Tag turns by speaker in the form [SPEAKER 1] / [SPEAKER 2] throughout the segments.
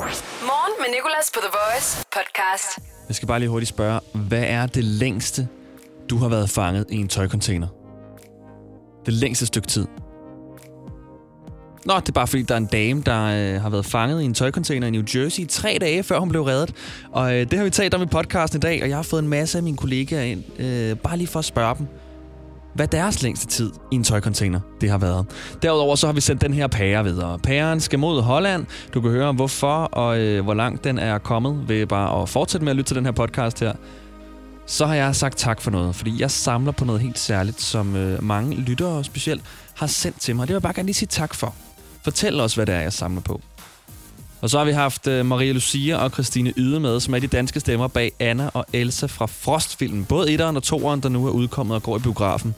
[SPEAKER 1] Morgen med Nicolas på The Voice podcast.
[SPEAKER 2] Jeg skal bare lige hurtigt spørge, hvad er det længste, du har været fanget i en tøjcontainer? Det længste stykke tid. Nå, det er bare fordi, der er en dame, der øh, har været fanget i en tøjcontainer i New Jersey i tre dage, før hun blev reddet. Og øh, det har vi talt om i podcasten i dag, og jeg har fået en masse af mine kollegaer ind, øh, bare lige for at spørge dem, hvad deres længste tid i en tøjcontainer det har været. Derudover så har vi sendt den her pære videre. Pæren skal mod Holland. Du kan høre om hvorfor og øh, hvor langt den er kommet ved bare at fortsætte med at lytte til den her podcast her. Så har jeg sagt tak for noget, fordi jeg samler på noget helt særligt, som øh, mange lyttere specielt har sendt til mig. Det vil jeg bare gerne lige sige tak for. Fortæl os, hvad det er, jeg samler på. Og så har vi haft øh, Maria Lucia og Christine Yde med, som er de danske stemmer bag Anna og Elsa fra Frostfilmen. Både etteren og toeren, der nu er udkommet og går i biografen.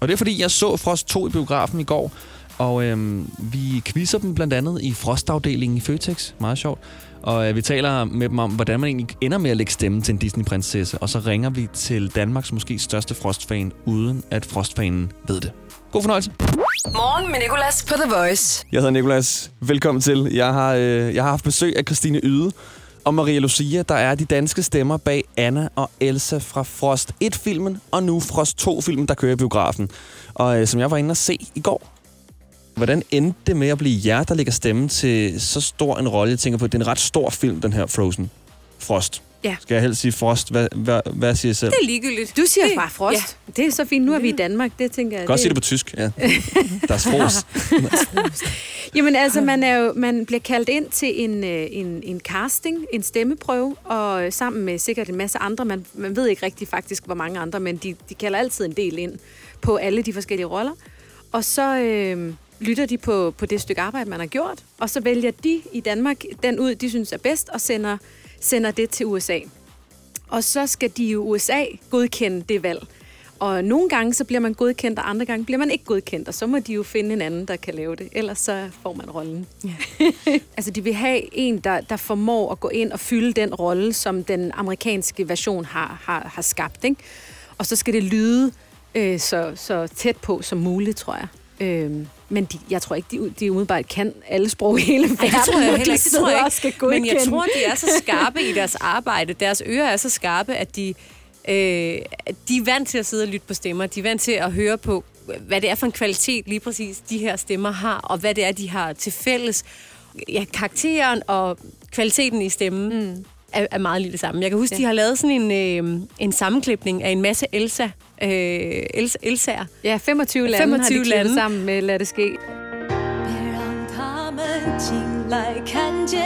[SPEAKER 2] Og det er fordi, jeg så Frost 2 i biografen i går, og øhm, vi quizzer dem blandt andet i Frostafdelingen i Føtex. Meget sjovt. Og øh, vi taler med dem om, hvordan man egentlig ender med at lægge stemme til en Disney-prinsesse. Og så ringer vi til Danmarks måske største Frostfan, uden at Frostfanen ved det. God fornøjelse.
[SPEAKER 1] Morgen med Nicolas på The Voice.
[SPEAKER 2] Jeg hedder Nikolas. Velkommen til. Jeg har, øh, jeg har haft besøg af Christine Yde og Maria Lucia, der er de danske stemmer bag Anna og Elsa fra Frost 1-filmen og nu Frost 2-filmen, der kører i biografen. Og øh, som jeg var inde og se i går. Hvordan endte det med at blive jer, der lægger stemme til så stor en rolle? Jeg tænker på, at det er en ret stor film, den her Frozen. Frost.
[SPEAKER 3] Ja.
[SPEAKER 2] Skal jeg helst sige Frost? Hvad, hvad, hvad siger jeg selv?
[SPEAKER 4] Det er ligegyldigt.
[SPEAKER 3] Du siger
[SPEAKER 4] det,
[SPEAKER 3] bare frost.
[SPEAKER 4] Ja.
[SPEAKER 3] Ja. Det er så fint. Nu er vi i Danmark. Det tænker jeg.
[SPEAKER 2] Godt sige det på tysk, ja. Der er Frost.
[SPEAKER 3] Jamen altså, man, er jo, man bliver kaldt ind til en, øh, en, en casting, en stemmeprøve, og øh, sammen med sikkert en masse andre. Man, man ved ikke rigtig faktisk, hvor mange andre, men de, de kalder altid en del ind på alle de forskellige roller. Og så øh, lytter de på, på det stykke arbejde, man har gjort, og så vælger de i Danmark den ud, de synes er bedst, og sender, sender det til USA. Og så skal de i USA godkende det valg. Og nogle gange så bliver man godkendt, og andre gange bliver man ikke godkendt, og så må de jo finde en anden, der kan lave det. Ellers så får man rollen. Ja. altså de vil have en, der, der formår at gå ind og fylde den rolle, som den amerikanske version har, har, har skabt. Ikke? Og så skal det lyde øh, så, så tæt på som muligt, tror jeg. Øh, men de, jeg tror ikke, de, de umiddelbart kan alle sprog i hele verden,
[SPEAKER 4] Ej, det tror jeg
[SPEAKER 3] hvor
[SPEAKER 4] heller
[SPEAKER 3] de
[SPEAKER 4] ikke. Det tror
[SPEAKER 3] sidder
[SPEAKER 4] jeg
[SPEAKER 3] og skal
[SPEAKER 4] ikke. Men jeg
[SPEAKER 3] godkende.
[SPEAKER 4] tror, de er så skarpe i deres arbejde. Deres ører er så skarpe, at de, øh, at de er vant til at sidde og lytte på stemmer. De er vant til at høre på, hvad det er for en kvalitet lige præcis de her stemmer har, og hvad det er, de har til fælles. Ja, karakteren og kvaliteten i stemmen mm. er, er meget lille sammen. Jeg kan huske, ja. de har lavet sådan en, øh, en sammenklipning af en masse Elsa, øh, Elsa, Elsa'er.
[SPEAKER 3] Ja, 25 lande 25 har de
[SPEAKER 4] 25
[SPEAKER 3] klippet
[SPEAKER 4] lande.
[SPEAKER 3] sammen med Lad det ske.
[SPEAKER 5] 别让他们进来看见，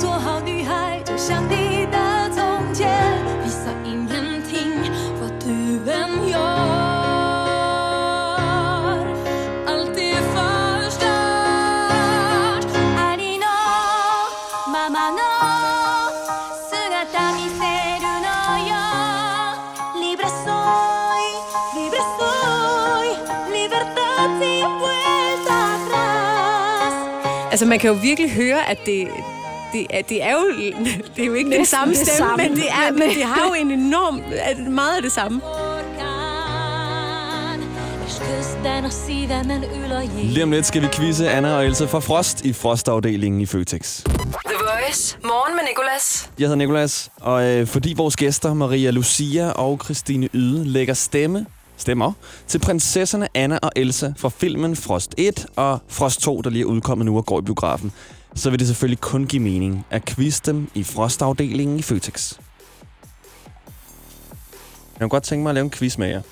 [SPEAKER 5] 做好女孩就像你的从前。Vi sa ingenting vad du än gör. Allt är förstört. Ari no, mamma no, 姿見せるのよ。Libre soy, libre soy, libertad sin vuelta atrás.
[SPEAKER 4] Altså, man kan jo virkelig høre, at det, det, er, det er jo det er jo ikke den samme
[SPEAKER 3] det
[SPEAKER 4] stemme,
[SPEAKER 3] samme,
[SPEAKER 4] men det er
[SPEAKER 3] men-
[SPEAKER 4] men det har jo en enorm at meget af det samme.
[SPEAKER 5] orkan És közben a szívemen ül a jég
[SPEAKER 2] Lige om lidt skal vi quizze Anna og Elsa fra Frost i Frostafdelingen i Føtex.
[SPEAKER 1] The Voice. Morgen med Nicolas.
[SPEAKER 2] Jeg hedder Nikolas, og øh, fordi vores gæster Maria Lucia og Christine Yde lægger stemme, stemmer, til prinsesserne Anna og Elsa fra filmen Frost 1 og Frost 2, der lige er udkommet nu og går i biografen, så vil det selvfølgelig kun give mening at quizze dem i Frostafdelingen i Føtex. Jeg kunne godt tænke mig at lave en quiz med jer.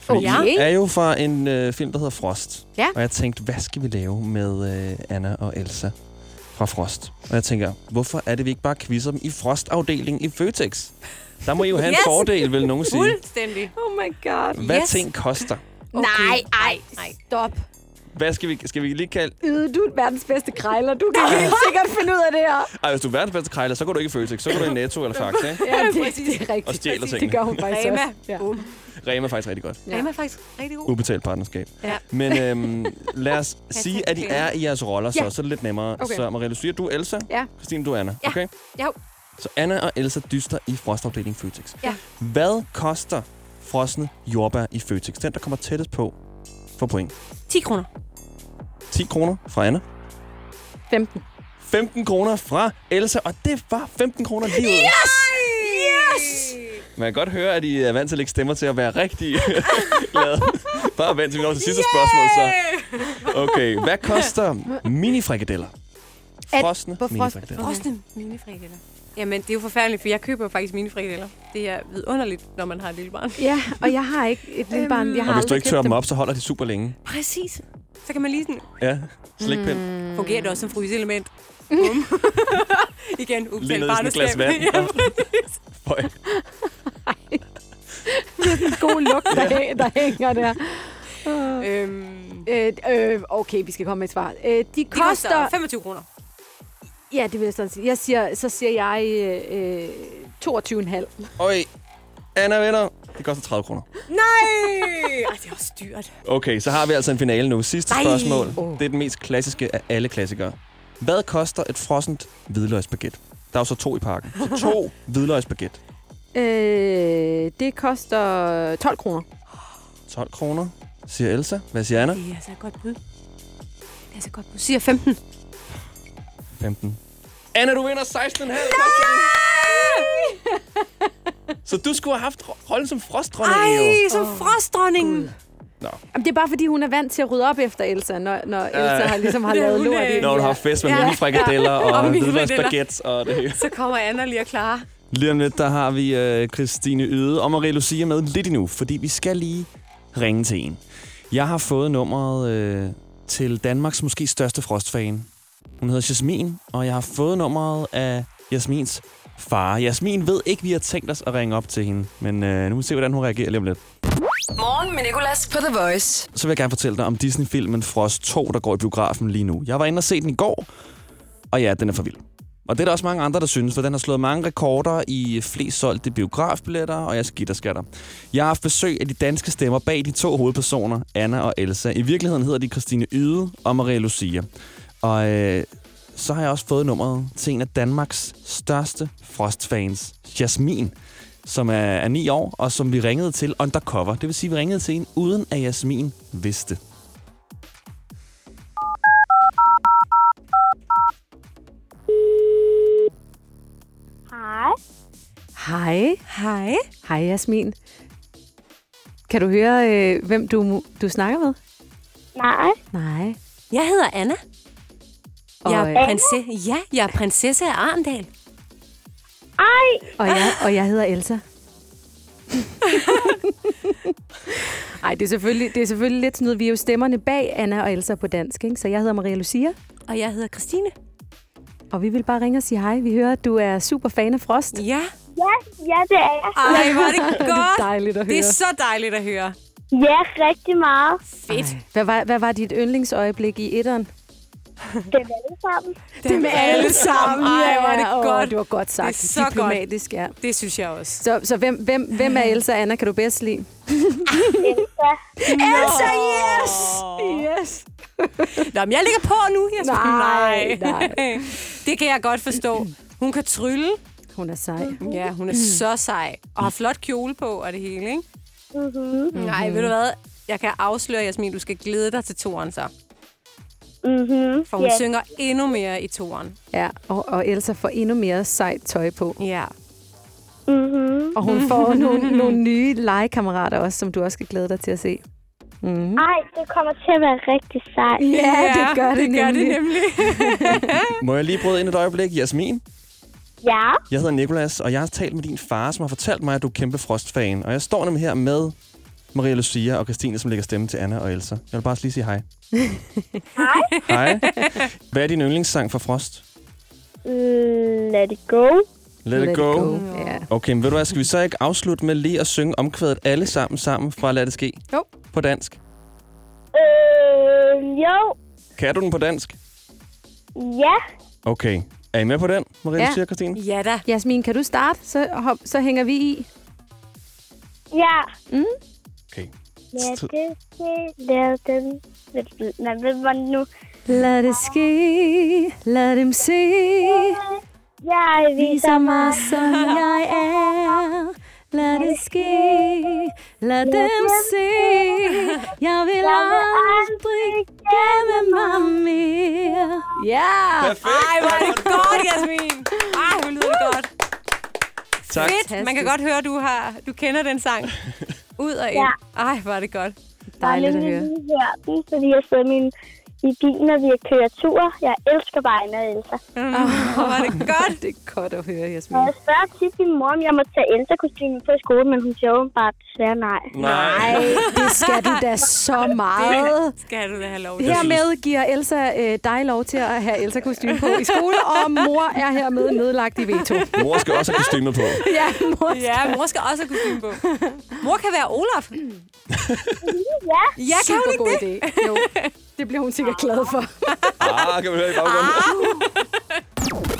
[SPEAKER 2] Fordi
[SPEAKER 3] Okay.
[SPEAKER 2] I er jo fra en øh, film, der hedder Frost.
[SPEAKER 3] Ja.
[SPEAKER 2] Og jeg tænkte, hvad skal vi lave med øh, Anna og Elsa fra Frost? Og jeg tænker, hvorfor er det, vi ikke bare quizzer dem i Frostafdelingen i Føtex? Der må I jo have yes. en
[SPEAKER 4] Yes.
[SPEAKER 2] fordel, vil nogen sige.
[SPEAKER 4] Fuldstændig.
[SPEAKER 3] Oh my god.
[SPEAKER 2] Hvad
[SPEAKER 4] Yes.
[SPEAKER 2] ting koster?
[SPEAKER 3] Okay. Nej, ej,
[SPEAKER 4] nej.
[SPEAKER 3] stop.
[SPEAKER 2] Hvad skal vi, skal vi lige kalde...
[SPEAKER 3] Yde, du er verdens bedste krejler. Du kan helt sikkert finde ud af det her.
[SPEAKER 2] Ej, hvis du er verdens bedste krejler, så går du ikke i Føtex. Så går du i Netto eller Fakta. ikke?
[SPEAKER 3] Ja, det, det er rigtigt.
[SPEAKER 2] Og stjæler
[SPEAKER 3] Præcis.
[SPEAKER 2] tingene.
[SPEAKER 3] Det gør hun faktisk
[SPEAKER 4] Rema.
[SPEAKER 3] også. Ja.
[SPEAKER 2] Rema er faktisk rigtig godt.
[SPEAKER 3] Ja.
[SPEAKER 4] Ja. Den er faktisk rigtig god.
[SPEAKER 2] Ubetalt partnerskab.
[SPEAKER 4] Ja.
[SPEAKER 2] Men øhm, lad os sige, at I er i jeres roller, så,
[SPEAKER 3] Ja.
[SPEAKER 2] så er det lidt nemmere.
[SPEAKER 3] Okay.
[SPEAKER 2] Så Maria Lucia, du er Elsa.
[SPEAKER 3] Ja.
[SPEAKER 2] Christine, du er Anna.
[SPEAKER 4] Ja.
[SPEAKER 2] Okay?
[SPEAKER 4] Jo.
[SPEAKER 2] Så Anna og Elsa dyster i frostafdelingen Føtex.
[SPEAKER 3] Ja.
[SPEAKER 2] Hvad koster frosne jordbær i Føtex? Den, der kommer tættest på, får point.
[SPEAKER 4] 10 kroner.
[SPEAKER 2] 10 kroner fra Anna,
[SPEAKER 3] 15. 15
[SPEAKER 2] 15 kroner fra Elsa, og det var 15 kroner lige ud. Yes!
[SPEAKER 4] Yes!
[SPEAKER 2] Man kan godt høre, at I er vant til at lægge stemmer til at være rigtig glade. Bare vent til vi når til sidste spørgsmål, så. Okay, hvad koster minifrikadeller?
[SPEAKER 3] At-
[SPEAKER 2] Frosne
[SPEAKER 3] på frost-
[SPEAKER 2] minifrikadeller.
[SPEAKER 4] Frosne minifrikadeller. Jamen, det er jo forfærdeligt, for jeg køber jo faktisk minifrikadeller. Det er vidunderligt, når man har et lille barn.
[SPEAKER 3] Ja, og jeg har ikke et lille barn. Jeg har
[SPEAKER 2] Og hvis du
[SPEAKER 3] aldrig
[SPEAKER 2] ikke
[SPEAKER 3] købt
[SPEAKER 2] tør dem op, så holder de super længe.
[SPEAKER 4] Præcis. Så kan man lige sådan,
[SPEAKER 2] Ja, slikpind. Mm.
[SPEAKER 4] fungerer det også som fryseelement. Bum. Igen,
[SPEAKER 2] Lige
[SPEAKER 4] ubetalt
[SPEAKER 2] ned i sådan et glas
[SPEAKER 4] barneskab.
[SPEAKER 2] vand.
[SPEAKER 4] Ja,
[SPEAKER 2] Føj.
[SPEAKER 3] en god lugt, der, hæ- der hænger der.
[SPEAKER 4] øhm,
[SPEAKER 3] Øh, øh, okay, vi skal komme med et svar. Øh, de,
[SPEAKER 4] de koster
[SPEAKER 3] koster...
[SPEAKER 4] 25 kroner.
[SPEAKER 3] Ja, det vil jeg sådan sige. Jeg siger, så siger jeg øh, øh, 22,5.
[SPEAKER 2] Øj. Anna venner, det koster 30 kroner.
[SPEAKER 4] Nej! Ej, det er også dyrt.
[SPEAKER 2] Okay, så har vi altså en finale nu. Sidste
[SPEAKER 4] Nej.
[SPEAKER 2] spørgsmål.
[SPEAKER 3] Åh.
[SPEAKER 2] Det er den mest klassiske af alle klassikere. Hvad koster et frossent hvidløgsbaguette? Der er jo så to i pakken. Så to hvidløgsbaguette.
[SPEAKER 3] Øh, det koster 12 kroner.
[SPEAKER 2] 12 kroner, siger Elsa. Hvad siger Anna?
[SPEAKER 4] Det er altså et godt bud. Det er altså et godt bud. Siger 15.
[SPEAKER 2] 15. Anna, du vinder 16,5. koster det. Så du skulle have haft ro- rollen som frostdronning, Ej.
[SPEAKER 4] Ej, som frostdronningen.
[SPEAKER 3] Jamen, det er bare, fordi hun er vant til at rydde op efter Elsa, når, når Elsa har, ligesom har
[SPEAKER 4] Det er
[SPEAKER 3] lavet
[SPEAKER 4] hun,
[SPEAKER 3] lort
[SPEAKER 4] øh,
[SPEAKER 3] i.
[SPEAKER 2] Når du har fest med minifrikadeller og
[SPEAKER 4] minifrikadeller.
[SPEAKER 2] hvidløgsbaguette og det hele.
[SPEAKER 4] Så kommer Anna lige og klarer.
[SPEAKER 2] Lige om lidt, der har vi øh, Christine Yde og Marie Lucia med lidt endnu, fordi vi skal lige ringe til en. Jeg har fået nummeret øh, til Danmarks måske største frostfan. Hun hedder Jasmin, og jeg har fået nummeret af Jasmins far. Jasmin ved ikke, vi har tænkt os at ringe op til hende, men øh, nu må vi se, hvordan hun reagerer lige om lidt.
[SPEAKER 1] Morgen med Nicolas på The Voice.
[SPEAKER 2] Så vil jeg gerne fortælle dig om Disney-filmen Frost 2, der går i biografen lige nu. Jeg var inde og se den i går, og ja, den er for vild. Og det er der også mange andre, der synes, for den har slået mange rekorder i flest solgte biografbilletter, og jeg skitter skatter. Jeg har haft besøg af de danske stemmer bag de to hovedpersoner, Anna og Elsa. I virkeligheden hedder de Christine Yde og Maria Lucia. Og øh, så har jeg også fået nummeret til en af Danmarks største Frost-fans, Jasmin, som er, er 9 år, og som vi ringede til undercover. Det vil sige, vi ringede til en, uden at Jasmin vidste.
[SPEAKER 6] Hej.
[SPEAKER 3] Hej.
[SPEAKER 4] Hej.
[SPEAKER 3] Hej, Jasmin. Kan du høre, øh, hvem du, du snakker med?
[SPEAKER 6] Nej.
[SPEAKER 3] Nej.
[SPEAKER 4] Jeg hedder Anna.
[SPEAKER 3] Og,
[SPEAKER 4] Jeg
[SPEAKER 3] øh,
[SPEAKER 4] er prinsesse. Ja, jeg er prinsesse af Arendal.
[SPEAKER 6] Ej.
[SPEAKER 3] øh, og, jeg, og jeg hedder Elsa. Nej, det er selvfølgelig, det er selvfølgelig lidt sådan noget. Vi er jo stemmerne bag Anna og Elsa på dansk, ikke? Så jeg hedder Maria Lucia,
[SPEAKER 4] Og jeg hedder Christine.
[SPEAKER 3] og vi vil bare ringe og sige hej. Vi hører, at du er super fan af Frost.
[SPEAKER 4] Ja.
[SPEAKER 6] Ja, ja det er jeg.
[SPEAKER 4] Ej, hvor er det godt.
[SPEAKER 3] Det er dejligt at
[SPEAKER 4] Det
[SPEAKER 3] høre.
[SPEAKER 4] er så dejligt at høre.
[SPEAKER 6] Ja, rigtig meget.
[SPEAKER 4] Fedt.
[SPEAKER 3] Hvad var, hvad var dit yndlingsøjeblik i etteren?
[SPEAKER 6] Det er alle sammen.
[SPEAKER 4] Det med alle sammen. Ej, hvor er det
[SPEAKER 3] Åh,
[SPEAKER 4] godt.
[SPEAKER 3] det var godt sagt.
[SPEAKER 4] Det er så godt.
[SPEAKER 3] Diplomatisk, godt. ja.
[SPEAKER 4] Det synes jeg også.
[SPEAKER 3] Så, så hvem, hvem, hvem er Elsa og Anna, kan du bedst lide?
[SPEAKER 6] Elsa.
[SPEAKER 3] Elsa, yes! Yes!
[SPEAKER 4] Nå, men jeg ligger på nu. Jeg
[SPEAKER 3] Nej,
[SPEAKER 4] Det kan jeg godt forstå. Hun kan trylle.
[SPEAKER 3] Hun er sej.
[SPEAKER 4] Ja, hun er så sej. Og har flot kjole på og det hele, ikke? Mm-hmm. Nej, ved du hvad? Jeg kan afsløre, Jasmin, du skal glæde dig til toren så.
[SPEAKER 6] Mhm.
[SPEAKER 4] For hun
[SPEAKER 6] Ja.
[SPEAKER 4] synger endnu mere i toren.
[SPEAKER 3] Ja, og, og Elsa får endnu mere sejt tøj på.
[SPEAKER 4] Ja.
[SPEAKER 6] Mhm.
[SPEAKER 3] Og
[SPEAKER 4] Mm.
[SPEAKER 3] hun får nogle, nogle nye legekammerater også, som du også skal glæde dig til at se.
[SPEAKER 6] Ej, det kommer til at være rigtig sejt.
[SPEAKER 3] Ja, det gør det,
[SPEAKER 4] det gør
[SPEAKER 3] nemlig.
[SPEAKER 4] det nemlig.
[SPEAKER 2] Må jeg lige bryde ind et øjeblik, Jasmin?
[SPEAKER 6] Ja.
[SPEAKER 2] Jeg hedder Nikolas, og jeg har talt med din far, som har fortalt mig, at du er kæmpe frostfan. Og jeg står nemlig her med Maria Lucia og Christine, som lægger stemme til Anna og Elsa. Jeg vil bare lige sige hej. hej. Hej. Hvad er din yndlingssang fra Frost?
[SPEAKER 6] Mm, let it go.
[SPEAKER 2] Let, Let it, go. go.
[SPEAKER 3] Ja.
[SPEAKER 2] Okay, men ved du hvad, skal vi så ikke afslutte med lige at synge omkvædet alle sammen sammen fra Lad det ske?
[SPEAKER 3] Jo.
[SPEAKER 2] På dansk.
[SPEAKER 6] Øh, jo.
[SPEAKER 2] Kan du den på dansk?
[SPEAKER 6] Ja.
[SPEAKER 2] Okay. Er I med på den, Maria
[SPEAKER 3] Ja.
[SPEAKER 2] Lucia og Christine?
[SPEAKER 4] Ja da.
[SPEAKER 3] Jasmin, kan du starte? Så, hop, så hænger vi i.
[SPEAKER 6] Ja.
[SPEAKER 2] Okay.
[SPEAKER 6] Lad det ske. Lad den. Ved- Nej, ved man nu?
[SPEAKER 3] Lad det ske, lad dem se,
[SPEAKER 6] Jeg viser
[SPEAKER 3] viser
[SPEAKER 6] mig.
[SPEAKER 3] mig, som jeg er. Lad det ske, Lad dem se, jeg vil aldrig gemme mig mere. Ja!
[SPEAKER 4] Ej, hvor er det godt, Jasmin. Ej, hvor lyder det godt.
[SPEAKER 2] Tak.
[SPEAKER 4] Fedt. Man kan godt høre, du har, du kender den sang. Ud og ind.
[SPEAKER 6] Ja.
[SPEAKER 4] Ej, hvor er det godt.
[SPEAKER 3] Dejligt at høre.
[SPEAKER 6] lige her, fordi jeg sidder min, i bilen, når vi kører tur. Jeg elsker bare Anna og Elsa.
[SPEAKER 4] Mm-hmm. Hvor var det godt.
[SPEAKER 3] Det er godt at høre, Jasmin.
[SPEAKER 6] Og jeg spørger tit min mor, om jeg må tage Elsa-kostymen på i skole, men hun siger åbenbart desværre nej.
[SPEAKER 2] Nej.
[SPEAKER 3] Ej, det skal du da så meget.
[SPEAKER 4] Skal du da have lov til.
[SPEAKER 3] Hermed giver Elsa øh, dig lov til at have elsa kostume på i skole, og mor er hermed nedlagt i veto.
[SPEAKER 2] Mor skal også have kostymet på.
[SPEAKER 3] Ja, mor.
[SPEAKER 4] Ja, mor skal også have kostume på. Mor kan være Olaf.
[SPEAKER 6] Ja,
[SPEAKER 4] Ja, kan hun
[SPEAKER 3] Super
[SPEAKER 4] ikke
[SPEAKER 3] god
[SPEAKER 4] det?
[SPEAKER 3] idé. Jo, det bliver hun sikkert glad for.
[SPEAKER 2] Ah, kan vi høre i baggrunden?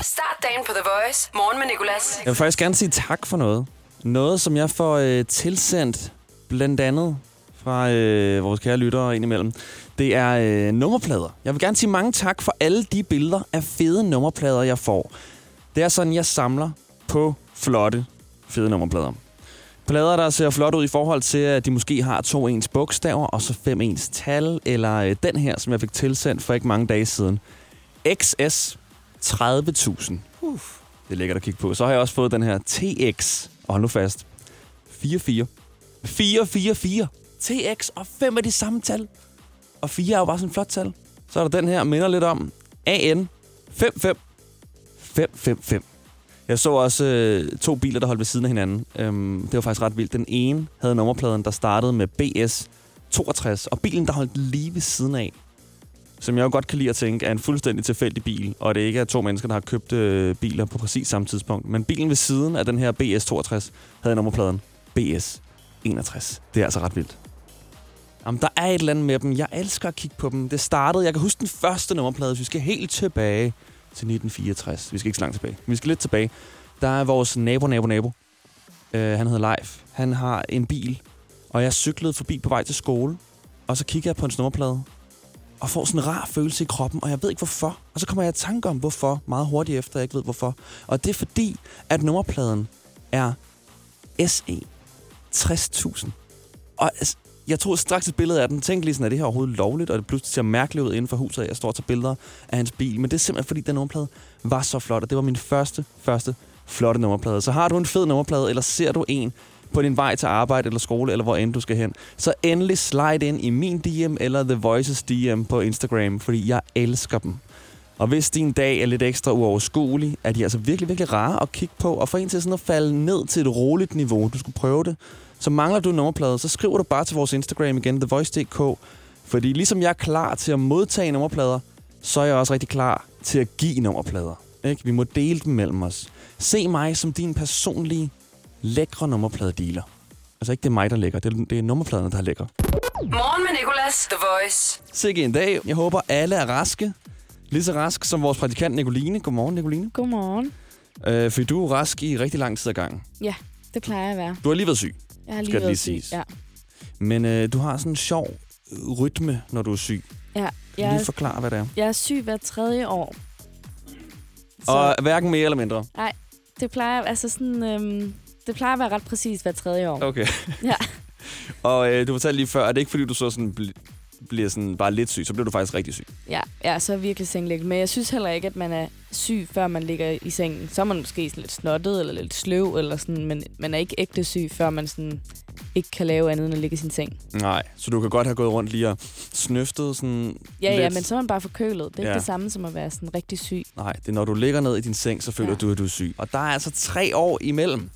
[SPEAKER 1] Start dagen på The Voice. Morgen med Nicolas.
[SPEAKER 2] Jeg vil faktisk gerne sige tak for noget. Noget, som jeg får øh, tilsendt blandt andet fra øh, vores kære lyttere indimellem. Det er øh, nummerplader. Jeg vil gerne sige mange tak for alle de billeder af fede nummerplader, jeg får. Det er sådan, jeg samler på flotte, fede nummerplader. Plader, der ser flot ud i forhold til, at de måske har to ens bogstaver og så fem ens tal, eller øh, den her, som jeg fik tilsendt for ikke mange dage siden. XS 30.000. Uff. Det er lækkert at kigge på. Så har jeg også fået den her TX. Og hold nu fast. 44. 444. TX og fem af de samme tal. Og 4 er jo bare sådan et flot tal. Så er der den her, minder lidt om. AN 55. 555. Jeg så også øh, to biler, der holdt ved siden af hinanden. Øhm, det var faktisk ret vildt. Den ene havde nummerpladen, der startede med BS 62, og bilen, der holdt lige ved siden af, som jeg jo godt kan lide at tænke, er en fuldstændig tilfældig bil, og det ikke er to mennesker, der har købt øh, biler på præcis samme tidspunkt. Men bilen ved siden af den her BS62 havde nummerpladen BS61. Det er altså ret vildt. Jamen, der er et eller andet med dem. Jeg elsker at kigge på dem. Det startede, jeg kan huske den første nummerplade, hvis vi skal helt tilbage til 1964. Vi skal ikke så langt tilbage. Vi skal lidt tilbage. Der er vores nabo, nabo, nabo. Øh, han hedder Leif. Han har en bil, og jeg cyklede forbi på vej til skole, og så kigger jeg på en nummerplade, og får sådan en rar følelse i kroppen, og jeg ved ikke hvorfor. Og så kommer jeg i tanke om, hvorfor, meget hurtigt efter, jeg ikke ved hvorfor. Og det er fordi, at nummerpladen er E, SE 60.000. Og altså, jeg tog straks et billede af den. Tænkte lige sådan, er det her overhovedet lovligt? Og det pludselig ser mærkeligt ud inden for huset, at jeg står og tager billeder af hans bil. Men det er simpelthen, fordi den nummerplade var så flot, og det var min første, første flotte nummerplade. Så har du en fed nummerplade, eller ser du en på din vej til arbejde eller skole, eller hvor end du skal hen, så endelig slide ind i min DM eller The Voices DM på Instagram, fordi jeg elsker dem. Og hvis din dag er lidt ekstra uoverskuelig, er de altså virkelig, virkelig rare at kigge på, og få en til sådan at falde ned til et roligt niveau. Du skulle prøve det. Så mangler du en nummerplade, så skriver du bare til vores Instagram igen, thevoice.dk. Fordi ligesom jeg er klar til at modtage nummerplader, så er jeg også rigtig klar til at give nummerplader. Ikke? Vi må dele dem mellem os. Se mig som din personlige, lækre nummerpladedealer. Altså ikke det er mig, der er lækker. Det er, det er nummerpladerne, der er lækker.
[SPEAKER 1] Morgen med Nicolas. The Voice.
[SPEAKER 2] Sikke en dag. Jeg håber, alle er raske. Lige så rask som vores praktikant Nicoline. Godmorgen, Nicoline.
[SPEAKER 7] Godmorgen.
[SPEAKER 2] Øh, fordi du er rask i rigtig lang tid ad gangen.
[SPEAKER 7] Ja, det plejer jeg at være.
[SPEAKER 2] Du har lige været syg,
[SPEAKER 7] Jeg har lige
[SPEAKER 2] Skal det
[SPEAKER 7] været
[SPEAKER 2] lige
[SPEAKER 7] syg.
[SPEAKER 2] siges.
[SPEAKER 7] Ja.
[SPEAKER 2] men øh, du har sådan en sjov øh, rytme, når du er syg.
[SPEAKER 7] Ja,
[SPEAKER 2] Kan
[SPEAKER 7] jeg,
[SPEAKER 2] du lige
[SPEAKER 7] er,
[SPEAKER 2] forklare, hvad det er?
[SPEAKER 7] jeg er syg hver tredje år. Så
[SPEAKER 2] Og hverken mere eller mindre.
[SPEAKER 7] det plejer altså sådan... Øhm, det plejer at være ret præcist hver tredje år.
[SPEAKER 2] Okay.
[SPEAKER 7] Ja.
[SPEAKER 2] Og øh, du fortalte lige før, at det ikke fordi, du så sådan bl- bliver sådan bare lidt syg, så bliver du faktisk rigtig syg.
[SPEAKER 7] Ja, ja, så er jeg virkelig sengeliggende. Men jeg synes heller ikke, at man er syg, før man ligger i sengen. Så er man måske sådan lidt snottet eller lidt sløv, eller sådan, men man er ikke ægte syg, før man sådan ikke kan lave andet end at ligge i sin seng.
[SPEAKER 2] Nej, så du kan godt have gået rundt lige og snøftet sådan
[SPEAKER 7] Ja,
[SPEAKER 2] lidt.
[SPEAKER 7] ja, men så er man bare forkølet. Det er ja.
[SPEAKER 2] Ja.
[SPEAKER 7] ikke det samme som at være sådan rigtig syg.
[SPEAKER 2] Nej, det er når du ligger ned i din seng, så føler ja.
[SPEAKER 7] Ja.
[SPEAKER 2] du, at du er syg. Og der er altså tre år imellem.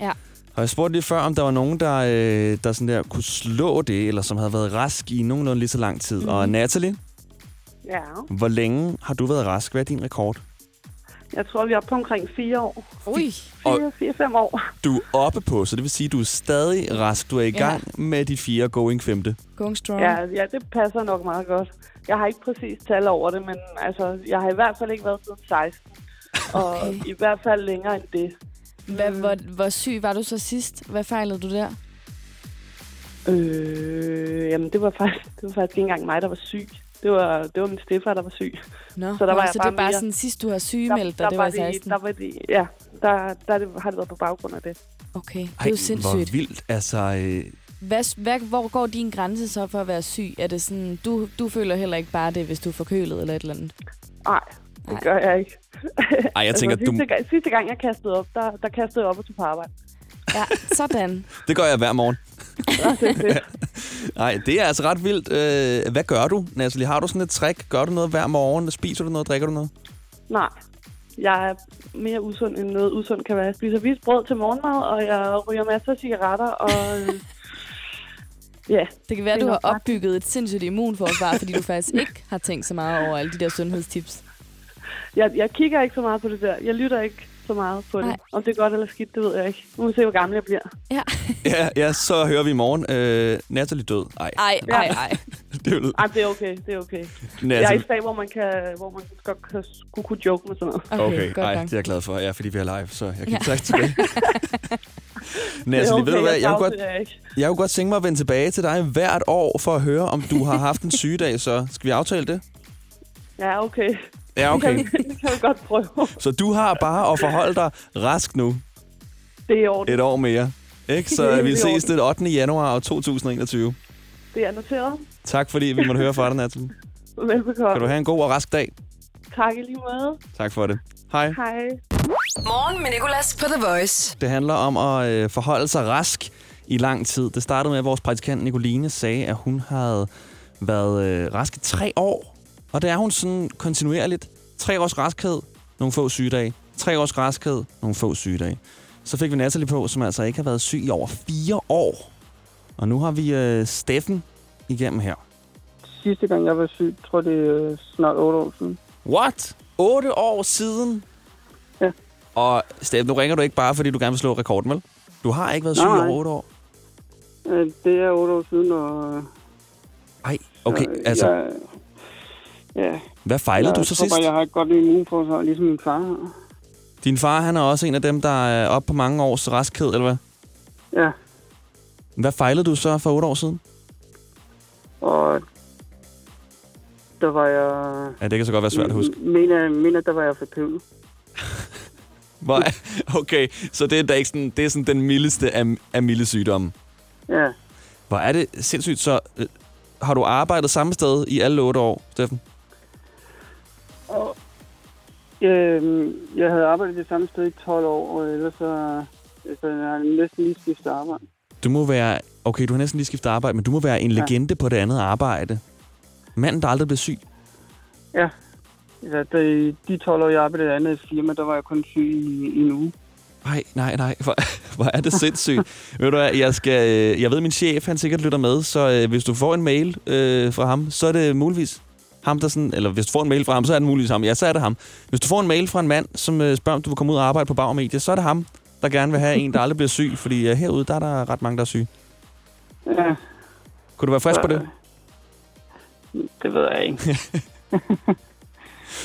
[SPEAKER 7] Ja.
[SPEAKER 2] Og jeg spurgte lige før, om der var nogen, der, øh, der sådan der kunne slå det, eller som havde været rask i nogenlunde lige så lang tid. Mm. Og
[SPEAKER 7] Mhm.
[SPEAKER 2] Natalie,
[SPEAKER 8] Ja,
[SPEAKER 2] hvor længe har du været rask? Hvad er din rekord?
[SPEAKER 8] jeg tror, vi er oppe på omkring fire år.
[SPEAKER 7] Ui.
[SPEAKER 8] Fire, fire, fem år.
[SPEAKER 2] Du er oppe på, så det vil sige, at du er stadig rask. Du er i
[SPEAKER 7] Ja.
[SPEAKER 2] gang ja. med dit fjerde going femte.
[SPEAKER 7] Going strong.
[SPEAKER 8] Ja, ja, det passer nok meget godt. Jeg har ikke præcis tal over det, men altså, jeg har i hvert fald ikke været siden 16. Og
[SPEAKER 7] Okay.
[SPEAKER 8] i hvert fald længere end det.
[SPEAKER 7] Hvad, hvor, hvor syg var du så sidst? Hvad fejlede du der?
[SPEAKER 8] Øh, jamen, det var, faktisk, det var faktisk ikke engang mig, der var syg. Det var, det var min stefar, der var syg.
[SPEAKER 7] Nå,
[SPEAKER 8] Så der var
[SPEAKER 7] nå,
[SPEAKER 8] jeg
[SPEAKER 7] så
[SPEAKER 8] bare
[SPEAKER 7] det er bare
[SPEAKER 8] mere-
[SPEAKER 7] sådan, sidst du har sygemeldt dig, det var i
[SPEAKER 8] de,
[SPEAKER 7] 16.
[SPEAKER 8] der var de, ja, der, der er det, har det været på baggrund af det.
[SPEAKER 7] Okay, det er
[SPEAKER 2] Ej,
[SPEAKER 7] jo sindssygt.
[SPEAKER 2] hvor vildt. Altså, øh,
[SPEAKER 7] Hvad, hvad, hvor går din grænse så for at være syg? Er det sådan, du, du føler heller ikke bare det, hvis du er forkølet eller et eller andet?
[SPEAKER 8] Nej, det
[SPEAKER 7] Nej.
[SPEAKER 8] gør jeg ikke.
[SPEAKER 2] ej, jeg tænker,
[SPEAKER 8] altså,
[SPEAKER 2] du,
[SPEAKER 8] sidste, gang, sidste gang, jeg kastede op, der, der kastede jeg op og tog på arbejde.
[SPEAKER 7] Ja, sådan.
[SPEAKER 2] det gør jeg hver morgen.
[SPEAKER 8] Og det, det,
[SPEAKER 2] Nej, det er altså ret vildt. Øh, hvad gør du, Natalie? Har du sådan et trick? Gør du noget hver morgen? Spiser du noget? Drikker du noget?
[SPEAKER 8] nej, jeg er mere usund, end noget usund kan være. Jeg spiser vist brød til morgenmad, og jeg ryger masser af cigaretter, og... øh, Ja,
[SPEAKER 7] Det kan være,
[SPEAKER 8] Det
[SPEAKER 7] du
[SPEAKER 8] er
[SPEAKER 7] har
[SPEAKER 8] nok ret.
[SPEAKER 7] opbygget et sindssygt immunforsvar, fordi du faktisk ikke har tænkt så meget over alle de der sundhedstips.
[SPEAKER 8] jeg, jeg kigger ikke så meget på det der. Jeg lytter ikke så meget på det.
[SPEAKER 7] Nej.
[SPEAKER 8] Om det er godt eller skidt, det ved jeg ikke. Nu må vi se, hvor gammel jeg bliver.
[SPEAKER 7] Ja.
[SPEAKER 2] Ja, ja så hører vi i morgen. Øh, Natalie død. Nej,
[SPEAKER 7] Ej, ej, ej.
[SPEAKER 2] det er jo
[SPEAKER 8] Ej, det er okay, det er okay. ah, Jeg er i
[SPEAKER 2] Natalie.
[SPEAKER 8] et fag, hvor man, kan, hvor man godt kan, skulle kunne joke med sådan noget.
[SPEAKER 7] Okay, godt
[SPEAKER 2] ej,
[SPEAKER 7] nok.
[SPEAKER 2] det er jeg glad for. Ja, fordi vi er live, så jeg kan
[SPEAKER 7] Ja.
[SPEAKER 2] ikke trække tilbage.
[SPEAKER 8] Det er
[SPEAKER 2] Natalie, altså, ved du hvad? Jeg kunne godt,
[SPEAKER 8] savser jer ikke.
[SPEAKER 2] jeg kunne godt tænke mig at vende tilbage til dig hvert år for at høre, om du har haft en sygedag, så skal vi aftale det?
[SPEAKER 8] Ja, okay.
[SPEAKER 2] Ja, okay.
[SPEAKER 8] Det kan vi godt prøve.
[SPEAKER 2] Så du har bare at forholde dig rask nu
[SPEAKER 8] Det er i orden.
[SPEAKER 2] et år mere. Ikke?
[SPEAKER 8] Det
[SPEAKER 2] Så
[SPEAKER 8] er
[SPEAKER 2] vi
[SPEAKER 8] i
[SPEAKER 2] ses
[SPEAKER 8] orden.
[SPEAKER 2] den 8. januar 2021.
[SPEAKER 8] Det er noteret.
[SPEAKER 2] Tak fordi vi måtte høre fra dig, Natalie.
[SPEAKER 8] Velbekomme.
[SPEAKER 2] Kan du have en god og rask dag.
[SPEAKER 8] Tak i lige måde.
[SPEAKER 2] Tak for det. Hej.
[SPEAKER 8] Hej.
[SPEAKER 1] Morgen med Nicolas på The Voice.
[SPEAKER 2] Det handler om at øh, forholde sig rask i lang tid. Det startede med, at vores praktikant Nicoline sagde, at hun havde været øh, rask i tre år. Og det er hun sådan kontinuerligt. Tre års raskhed, nogle få sygedage. Tre års raskhed, nogle få sygedage. Så fik vi Natalie på, som altså ikke har været syg i over fire år. Og nu har vi øh, Steffen igennem her.
[SPEAKER 8] Sidste gang, jeg var syg, tror det er øh, snart 8 år siden.
[SPEAKER 2] What? 8 år siden?
[SPEAKER 8] Ja.
[SPEAKER 2] Og Steffen, nu ringer du ikke bare, fordi du gerne vil slå rekorden, vel? Du har ikke været syg i
[SPEAKER 8] Nej,
[SPEAKER 2] over
[SPEAKER 8] nej.
[SPEAKER 2] 8 år.
[SPEAKER 8] Det er 8 år siden, og... øh,
[SPEAKER 2] Ej, okay, altså,
[SPEAKER 8] Jeg, ja,
[SPEAKER 2] hvad fejlede du så sidst?
[SPEAKER 8] jeg har et godt immunforsvar, ligesom min far har.
[SPEAKER 2] Din far, han er også en af dem, der er oppe på mange års raskhed, eller hvad?
[SPEAKER 8] Ja,
[SPEAKER 2] Hvad fejlede du så for 8 år siden?
[SPEAKER 8] og... Der var jeg...
[SPEAKER 2] Ja, det kan så godt være svært at huske.
[SPEAKER 8] Mener, mener der var jeg forkølet.
[SPEAKER 2] Hvor, okay, så det er, da ikke sådan, det er sådan den mildeste af, af milde sygdomme.
[SPEAKER 8] Ja,
[SPEAKER 2] Hvor er det sindssygt, så øh, har du arbejdet samme sted i alle 8 år, Steffen?
[SPEAKER 8] Øhm, jeg havde arbejdet det samme sted i 12 år, og ellers så, så jeg har næsten lige skiftet arbejde.
[SPEAKER 2] Du må være, okay, du har næsten lige skiftet arbejde, men du må være en
[SPEAKER 8] Ja.
[SPEAKER 2] legende på det andet arbejde. Manden, der aldrig blev syg.
[SPEAKER 8] Ja. ja da, I de 12 år, jeg arbejdede i et andet firma, der var jeg kun syg i, i en uge.
[SPEAKER 2] Nej, nej, nej. Hvor, hvor er det sindssygt. ved du hvad, jeg, skal, øh, jeg ved, min chef han sikkert lytter med, så øh, hvis du får en mail øh, fra ham, så er det muligvis ham, der sådan... Eller hvis du får en mail fra ham, så er det muligvis ham. Ja, så er det ham. Hvis du får en mail fra en mand, som øh, spørger, om du vil komme ud og arbejde på Bauer Media, så er det ham, der gerne vil have en, der aldrig bliver syg. Fordi øh, herude, der er der ret mange, der er syge.
[SPEAKER 8] Ja,
[SPEAKER 2] Kunne du være frisk på det?
[SPEAKER 8] det ved jeg ikke.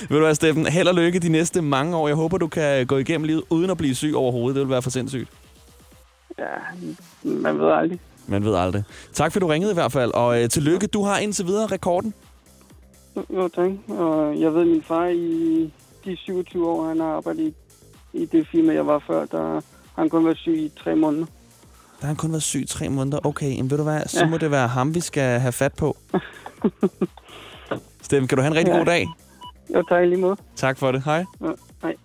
[SPEAKER 2] Ved du hvad, Steffen? Held og lykke de næste mange år. Jeg håber, du kan gå igennem livet uden at blive syg overhovedet. Det vil være for sindssygt.
[SPEAKER 8] Ja, man ved aldrig.
[SPEAKER 2] Man ved aldrig. Tak, fordi du ringede i hvert fald. Og øh, tillykke. Du har indtil videre rekorden.
[SPEAKER 8] Jo, tak. Og jeg ved, min far i de 27 år, han har arbejdet i, i det firma, jeg var før, der har han kun været syg i tre måneder.
[SPEAKER 2] Der har han kun været syg i tre måneder. Okay, men ved du hvad, så ja.
[SPEAKER 8] Ja.
[SPEAKER 2] må det være ham, vi skal have fat på. Steffen, kan du have en rigtig ja.
[SPEAKER 8] Ja.
[SPEAKER 2] god dag?
[SPEAKER 8] Jo, tak i lige måde.
[SPEAKER 2] Tak for det. Hej.
[SPEAKER 8] Ja, hej.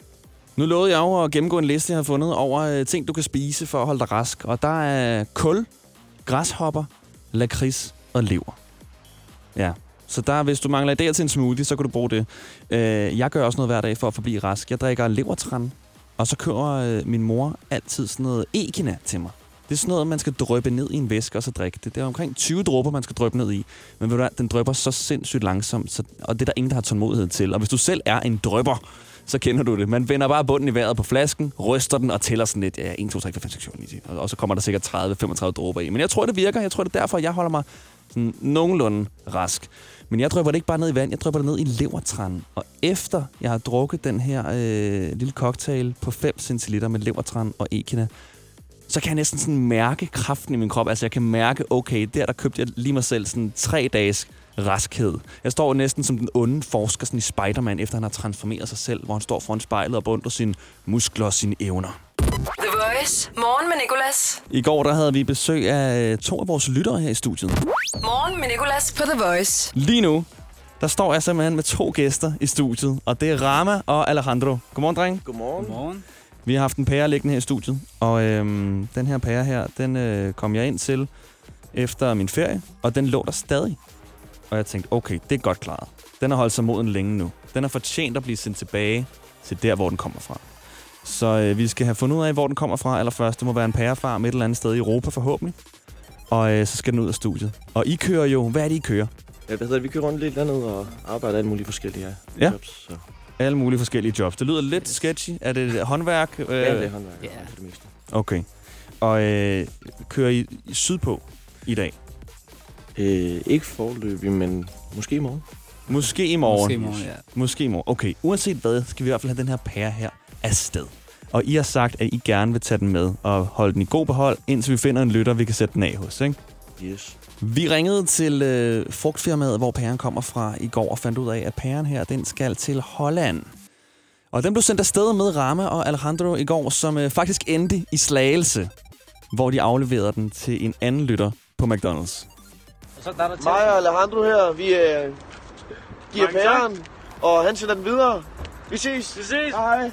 [SPEAKER 2] Nu lovede jeg jo at gennemgå en liste, jeg har fundet over øh, ting, du kan spise for at holde dig rask. Og der er kul, græshopper, lakrids og lever. Ja, så der, hvis du mangler idéer til en smoothie, så kan du bruge det. Øh, jeg gør også noget hver dag for at forblive rask. Jeg drikker levertran, og så køber øh, min mor altid sådan noget ekina til mig. Det er sådan noget, man skal drøbe ned i en væske og så drikke det. Det er omkring 20 dråber, man skal drøbe ned i. Men ved du hvad, den drøber så sindssygt langsomt, så, og det er der ingen, der har tålmodighed til. Og hvis du selv er en drøber, så kender du det. Man vender bare bunden i vejret på flasken, ryster den og tæller sådan lidt. Ja, 1, 2, 3, 4, 5, 6, 7, 8, 9, 10. Og- Og så kommer der sikkert 30-35 dråber i. Men jeg tror, det virker. Jeg tror, det er derfor, jeg holder mig sådan nogenlunde rask. Men jeg drøber det ikke bare ned i vand, jeg drøber det ned i levertran. Og efter jeg har drukket den her øh, lille cocktail på 5 cl med levertran og ekina, så kan jeg næsten sådan mærke kraften i min krop. Altså, jeg kan mærke, okay, der der købte jeg lige mig selv sådan tre dages raskhed. Jeg står næsten som den onde forsker sådan i Spider-Man, efter han har transformeret sig selv, hvor han står foran spejlet og beundrer sine muskler og sine evner.
[SPEAKER 1] The Voice. Morgen med Nicolas.
[SPEAKER 2] I går der havde vi besøg af øh, to af vores lyttere her i studiet.
[SPEAKER 1] Morgen med Nicolas på The Voice.
[SPEAKER 2] Lige nu, der står jeg simpelthen med to gæster i studiet, og det er Rama og Alejandro. Godmorgen, dreng.
[SPEAKER 9] Godmorgen. Godmorgen.
[SPEAKER 2] Vi har haft en pære liggende her i studiet, og øhm, den her pære her, den øh, kom jeg ind til efter min ferie, og den lå der stadig. Og jeg tænkte, okay, det er godt klaret. Den har holdt sig moden længe nu. Den har fortjent at blive sendt tilbage til der, hvor den kommer fra. Så øh, vi skal have fundet ud af, hvor den kommer fra allerførst. Det må være en pærefarm et eller andet sted i Europa forhåbentlig. Og øh, så skal den ud af studiet. Og I kører jo, hvad er det, I kører?
[SPEAKER 9] Ja, hvad hedder det? Vi kører rundt lidt landet og arbejder alle mulige forskellige her.
[SPEAKER 2] Ja.
[SPEAKER 9] jobs. Så.
[SPEAKER 2] Alle mulige forskellige jobs. Det lyder lidt sketchy. Er det håndværk? Øh,
[SPEAKER 9] Ja, det er håndværk yeah. for det meste.
[SPEAKER 2] Okay. Og øh, kører I sydpå i dag?
[SPEAKER 9] Øh, ikke forløbig, men måske i morgen.
[SPEAKER 2] Måske i morgen.
[SPEAKER 10] Måske i morgen, ja.
[SPEAKER 2] Måske i morgen. Okay, uanset hvad, skal vi i hvert fald have den her pære her afsted. Og I har sagt, at I gerne vil tage den med og holde den i god behold, indtil vi finder en lytter, vi kan sætte den af hos, ikke?
[SPEAKER 9] Yes.
[SPEAKER 2] Vi ringede til øh, frugtfirmaet, hvor pæren kommer fra i går, og fandt ud af, at pæren her, den skal til Holland. Og den blev sendt afsted med Rama og Alejandro i går, som øh, faktisk endte i Slagelse, hvor de afleverede den til en anden lytter på McDonald's.
[SPEAKER 11] Mig og Alejandro her, vi øh, giver pæren, og han sender den videre. Vi ses. Vi ses. Hej.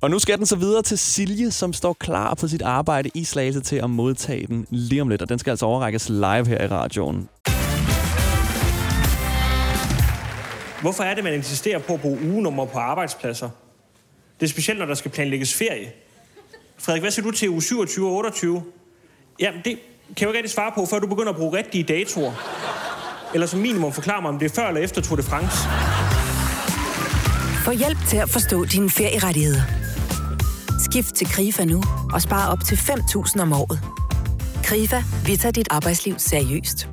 [SPEAKER 2] Og nu skal den så videre til Silje, som står klar på sit arbejde i Slagelse til at modtage den lige om lidt. Og den skal altså overrækkes live her i radioen.
[SPEAKER 12] Hvorfor er det, man insisterer på at bruge ugenummer på arbejdspladser? Det er specielt, når der skal planlægges ferie. Frederik, hvad siger du til uge 27 og 28? Jamen, det kan jeg jo ikke rigtig svare på, før du begynder at bruge rigtige datoer. Eller som minimum forklare mig, om det er før eller efter Tour de France.
[SPEAKER 13] Få hjælp til at forstå dine ferierettigheder. Skift til KRIFA nu og spar op til 5.000 om året. KRIFA, vi tager dit arbejdsliv seriøst.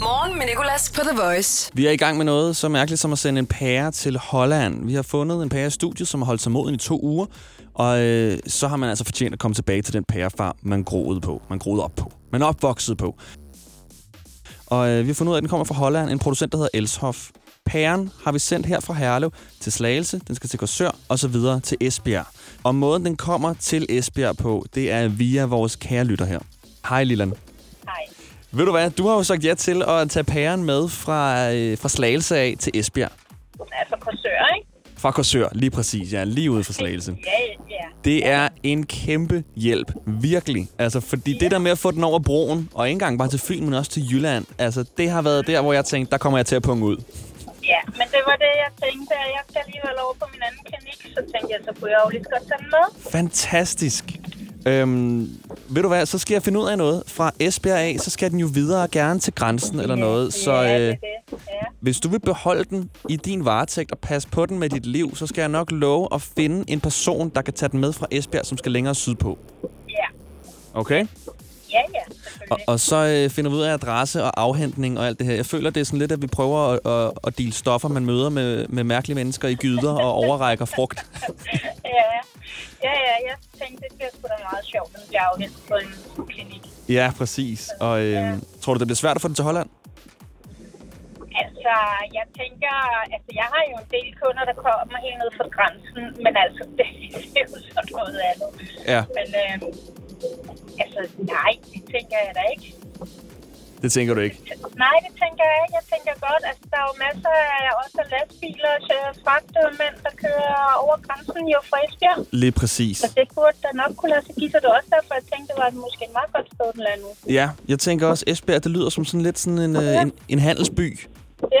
[SPEAKER 1] Morgen med Nicolas på The Voice.
[SPEAKER 2] Vi er i gang med noget så mærkeligt som at sende en pære til Holland. Vi har fundet en pære i studiet, som har holdt sig moden i to uger. Og øh, så har man altså fortjent at komme tilbage til den pærefarm, man groede på. Man groede op på. Man er opvokset på. Og øh, vi har fundet ud af, at den kommer fra Holland. En producent, der hedder Elshoff. Pæren har vi sendt her fra Herlev til Slagelse, den skal til Korsør og så videre til Esbjerg. Og måden, den kommer til Esbjerg på, det er via vores kære lytter her. Hej, Lilland.
[SPEAKER 14] Hej.
[SPEAKER 2] Ved du hvad, du har jo sagt ja til at tage pæren med fra, øh, fra Slagelse af til Esbjerg.
[SPEAKER 14] Altså Korsør, ikke?
[SPEAKER 2] Fra Korsør, lige præcis, ja, lige ude fra Slagelse.
[SPEAKER 14] Ja, ja.
[SPEAKER 2] Det er en kæmpe hjælp, virkelig. Altså, fordi det der med at få den over broen, og ikke engang bare til Fyn, men også til Jylland, altså, det har været der, hvor jeg tænkte, der kommer jeg til at punge ud.
[SPEAKER 14] Ja, men det var det, jeg tænkte. at Jeg skal lige holde over på min anden klinik, så tænkte jeg, så kunne jeg jo lige så godt tage den med.
[SPEAKER 2] Fantastisk. Øhm, ved du hvad, så skal jeg finde ud af noget. Fra Esbjerg af, så skal den jo videre, gerne til grænsen eller noget. Så
[SPEAKER 14] ja,
[SPEAKER 2] øh,
[SPEAKER 14] det er det. Ja.
[SPEAKER 2] hvis du vil beholde den i din varetægt og passe på den med dit liv, så skal jeg nok love at finde en person, der kan tage den med fra Esbjerg, som skal længere sydpå.
[SPEAKER 14] Ja.
[SPEAKER 2] Okay?
[SPEAKER 14] Ja, ja.
[SPEAKER 2] Og, og så øh, finder vi ud af adresse og afhentning og alt det her. Jeg føler, det er sådan lidt, at vi prøver at, at, at dele stoffer, man møder med, med mærkelige mennesker i gyder og overrækker frugt.
[SPEAKER 14] ja. ja, ja, jeg tænkte, det bliver sgu da meget sjovt, men jeg er jo helt på en klinik.
[SPEAKER 2] Ja, præcis. Og øh, tror du, det bliver svært at få den til Holland?
[SPEAKER 14] Altså, jeg tænker, altså jeg har jo en del kunder, der kommer helt ned fra grænsen, men altså, det, det er jo sådan noget andet.
[SPEAKER 2] Ja.
[SPEAKER 14] Men øh, altså, nej, det tænker jeg da ikke.
[SPEAKER 2] Det tænker du ikke.
[SPEAKER 14] Nej, det tænker jeg ikke. Jeg tænker godt, altså der er jo masser af også lastbiler og fragtmænd, der kører over grænsen jo fra Esbjerg.
[SPEAKER 2] Lige præcis.
[SPEAKER 14] Så det burde da nok kunne lade sig give, så det var også derfor, jeg tænkte, det var måske et meget godt sted, den lander nu.
[SPEAKER 2] Ja, jeg tænker også, Esbjerg, det lyder som sådan lidt sådan en, øh, en, en handelsby.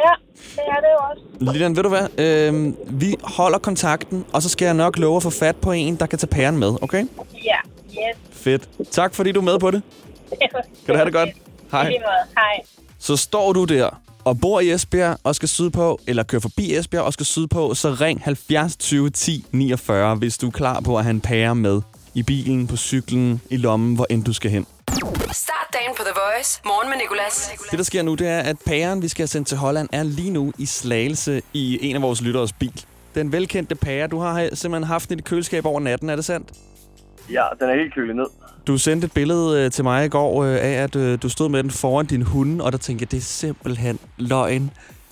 [SPEAKER 14] Ja, det er det jo også.
[SPEAKER 2] Lillian, ved du hvad? Øh, vi holder kontakten, og så skal jeg nok love at få fat på en, der kan tage pæren med, okay?
[SPEAKER 14] Ja, yes.
[SPEAKER 2] Fedt. Tak, fordi du er med på det. Kan du have det godt?
[SPEAKER 14] I
[SPEAKER 2] Hej.
[SPEAKER 14] lige måde. Hej.
[SPEAKER 2] Så står du der og bor i Esbjerg og skal sydpå, eller kører forbi Esbjerg og skal sydpå, så ring 70 20 10 49, hvis du er klar på at have en pære med. I bilen, på cyklen, i lommen, hvor end du skal hen.
[SPEAKER 1] Start dagen på The Voice. Morgen med Nicolas.
[SPEAKER 2] Det, der sker nu, det er, at pæren, vi skal have sendt til Holland, er lige nu i slagelse i en af vores lytteres bil. Den velkendte pære, du har simpelthen haft den i dit køleskab over natten, er det sandt?
[SPEAKER 11] Ja, den er helt kølet ned.
[SPEAKER 2] Du sendte et billede øh, til mig i går øh, af, at øh, du stod med den foran din hund, og der tænkte jeg, det er simpelthen løgn.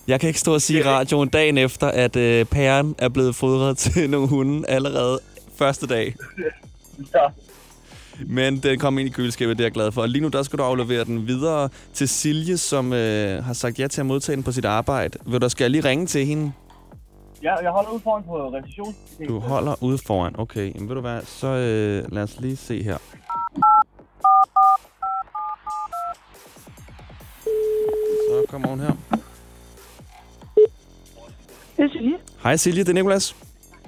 [SPEAKER 2] Jeg kan ikke stå og sige i radioen dagen efter, at øh, pæren er blevet fodret til nogle hunde allerede første dag.
[SPEAKER 10] Så
[SPEAKER 2] Men den kom ind i køleskabet, det er jeg glad for. Og lige nu, der skal du aflevere den videre til Silje, som øh, har sagt ja til at modtage den på sit arbejde. Vil du, skal jeg lige ringe til hende?
[SPEAKER 10] ja, jeg holder ud foran på recession.
[SPEAKER 2] Du holder ude foran. Okay, men ved du hvad, så øh, lad os lige se her. Så kommer hun her.
[SPEAKER 15] Det er Silje.
[SPEAKER 2] Hej Silje, det er Nicolas.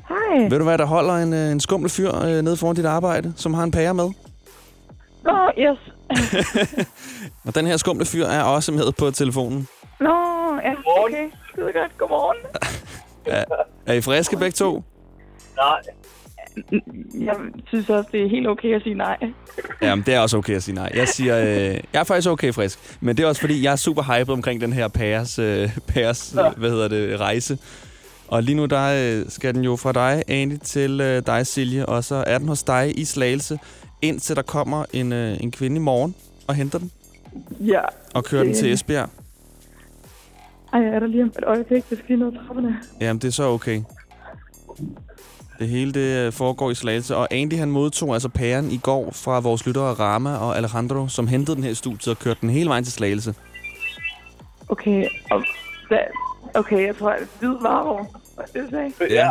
[SPEAKER 15] Hej.
[SPEAKER 2] Ved du hvad, der holder en, øh, en skummel fyr øh, nede foran dit arbejde, som har en pære med?
[SPEAKER 15] Nå, yes.
[SPEAKER 2] Og den her skumle fyr er også med på telefonen.
[SPEAKER 15] Nå, ja, okay. Skide godt. Godmorgen.
[SPEAKER 2] Er, er I friske begge to?
[SPEAKER 10] Nej.
[SPEAKER 15] Jeg synes også, det er helt okay at sige nej.
[SPEAKER 2] Jamen, det er også okay at sige nej. Jeg siger, øh, jeg er faktisk okay frisk. Men det er også fordi, jeg er super hyped omkring den her pæres, øh, pæres øh, hvad hedder det, rejse. Og lige nu der øh, skal den jo fra dig, Andy, til øh, dig, Silje. Og så er den hos dig i Slagelse, indtil der kommer en, øh, en kvinde i morgen og henter den.
[SPEAKER 15] Ja.
[SPEAKER 2] Og kører den til Esbjerg.
[SPEAKER 15] Ej, jeg er der lige om et øjeblik. Jeg skal lige ned ad trapperne.
[SPEAKER 2] Jamen, det er så okay. Det hele det øh, foregår i Slagelse, og Andy han modtog altså pæren i går fra vores lyttere Rama og Alejandro, som hentede den her i studiet og kørte den hele vejen til Slagelse.
[SPEAKER 15] Okay, og hvad? Okay, jeg tror, at hvid varevogn. Hvad er det, du sagde?
[SPEAKER 2] Ja.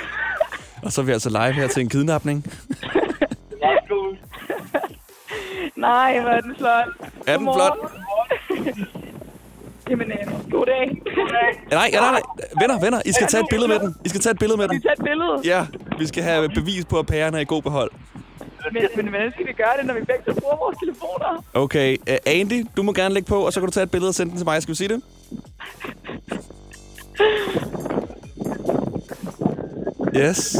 [SPEAKER 2] og så er vi altså live her til en kidnapning. Eh,
[SPEAKER 15] Nej, hvor er den flot.
[SPEAKER 2] Er den flot?
[SPEAKER 15] Jamen, øh, god dag. God dag.
[SPEAKER 2] Nej, nej, nej. Venner, venner, I skal tage et billede med den. I skal tage et billede med den.
[SPEAKER 15] Tag et billede.
[SPEAKER 2] Ja, vi skal have bevis på, at pæren er i god behold.
[SPEAKER 15] Men, men hvordan skal vi gøre det, når vi begge to bruger vores telefoner?
[SPEAKER 2] Okay, uh, Andy, du må gerne lægge på, og så kan du tage et billede og sende den til mig. Skal vi sige det? Yes.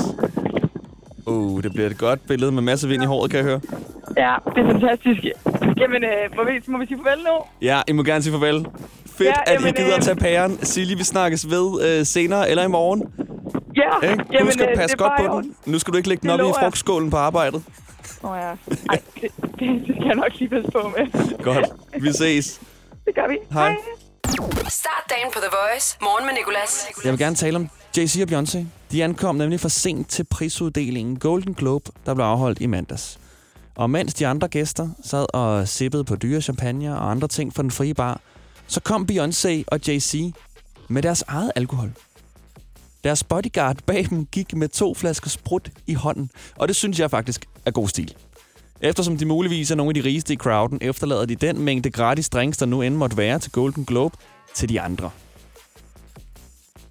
[SPEAKER 2] Uh, det bliver et godt billede med masser vind i håret, kan jeg høre.
[SPEAKER 15] Ja, det er fantastisk. Jamen, øh, må, vi, må vi sige farvel nu?
[SPEAKER 2] Ja, I må gerne sige farvel. Fedt,
[SPEAKER 15] Ja,
[SPEAKER 2] ja, at
[SPEAKER 15] jamen,
[SPEAKER 2] I gider
[SPEAKER 15] øh,
[SPEAKER 2] at tage pæren. Silje, vi snakkes ved øh, senere eller i morgen.
[SPEAKER 15] Ja,
[SPEAKER 2] Ikke? Du
[SPEAKER 15] jamen,
[SPEAKER 2] skal
[SPEAKER 15] øh,
[SPEAKER 2] passe
[SPEAKER 15] det er
[SPEAKER 2] godt
[SPEAKER 15] bare i
[SPEAKER 2] på den.
[SPEAKER 15] orden.
[SPEAKER 2] Nu skal du ikke lægge den
[SPEAKER 15] Det
[SPEAKER 2] op i
[SPEAKER 15] lover jeg.
[SPEAKER 2] frugtskålen på arbejdet.
[SPEAKER 15] Åh oh, ja. Ej, det, det, det skal jeg nok lige passe på med.
[SPEAKER 2] Godt. Vi ses.
[SPEAKER 15] Det gør vi.
[SPEAKER 2] Hej.
[SPEAKER 1] Start dagen på The Voice. Morgen med Nicolas.
[SPEAKER 2] Jeg vil gerne tale om Jay-Z og Beyoncé. De ankom nemlig for sent til prisuddelingen Golden Globe, der blev afholdt i mandags. Og mens de andre gæster sad og sippede på dyre champagne og andre ting fra den frie bar, så kom Beyoncé og Jay-Z med deres eget alkohol. Deres bodyguard bag dem gik med to flasker sprut i hånden, og det synes jeg faktisk er god stil. Eftersom de muligvis er nogle af de rigeste i crowden, efterlader de den mængde gratis drinks, der nu end måtte være til Golden Globe, til de andre.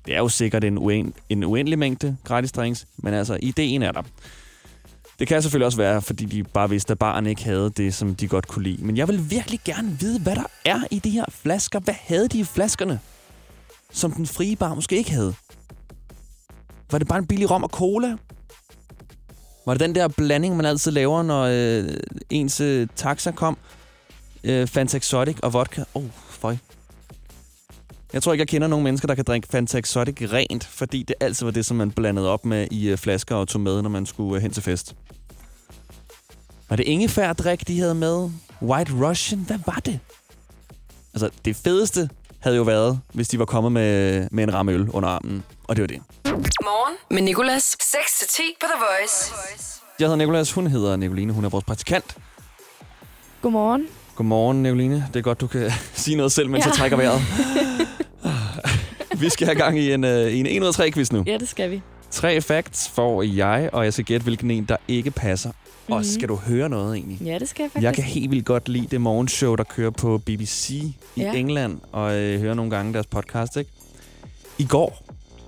[SPEAKER 2] Det er jo sikkert en, uen, en uendelig mængde gratis drinks, men altså, ideen er der. Det kan selvfølgelig også være, fordi de bare vidste, at baren ikke havde det, som de godt kunne lide. Men jeg vil virkelig gerne vide, hvad der er i de her flasker. Hvad havde de i flaskerne, som den frie bar måske ikke havde? Var det bare en billig rom og cola? Var det den der blanding, man altid laver, når øh, ens øh, taxa kom? Øh, Fanta Exotic og vodka. Åh, oh, føj. Jeg tror ikke, jeg kender nogen mennesker, der kan drikke Fanta Exotic rent, fordi det altid var det, som man blandede op med i øh, flasker og tog med, når man skulle øh, hen til fest. Var det ingefærdrik, de havde med? White Russian? Hvad var det? Altså, det fedeste havde jo været, hvis de var kommet med, med en ramme øl under armen. Og det var det.
[SPEAKER 1] Morgen med Nicolas. 6 til 10 på The Voice.
[SPEAKER 2] Jeg hedder Nicolas, hun hedder Nicoline, hun er vores praktikant.
[SPEAKER 7] Godmorgen.
[SPEAKER 2] Godmorgen, Nicoline. Det er godt, du kan sige noget selv, mens ja.
[SPEAKER 7] Ja.
[SPEAKER 2] jeg trækker vejret. Vi skal have gang i en, øh, i en 1 ud af 3-quiz nu.
[SPEAKER 7] Ja, det skal vi.
[SPEAKER 2] Tre facts får jeg, og jeg skal gætte, hvilken en, der ikke passer. Mm-hmm.
[SPEAKER 7] Mhm.
[SPEAKER 2] Og skal du høre noget egentlig?
[SPEAKER 7] Ja, det skal jeg faktisk.
[SPEAKER 2] Jeg kan helt vildt godt lide det morgenshow, der kører på BBC i
[SPEAKER 7] Ja.
[SPEAKER 2] ja. England, og øh, hører nogle gange deres podcast, ikke? I går,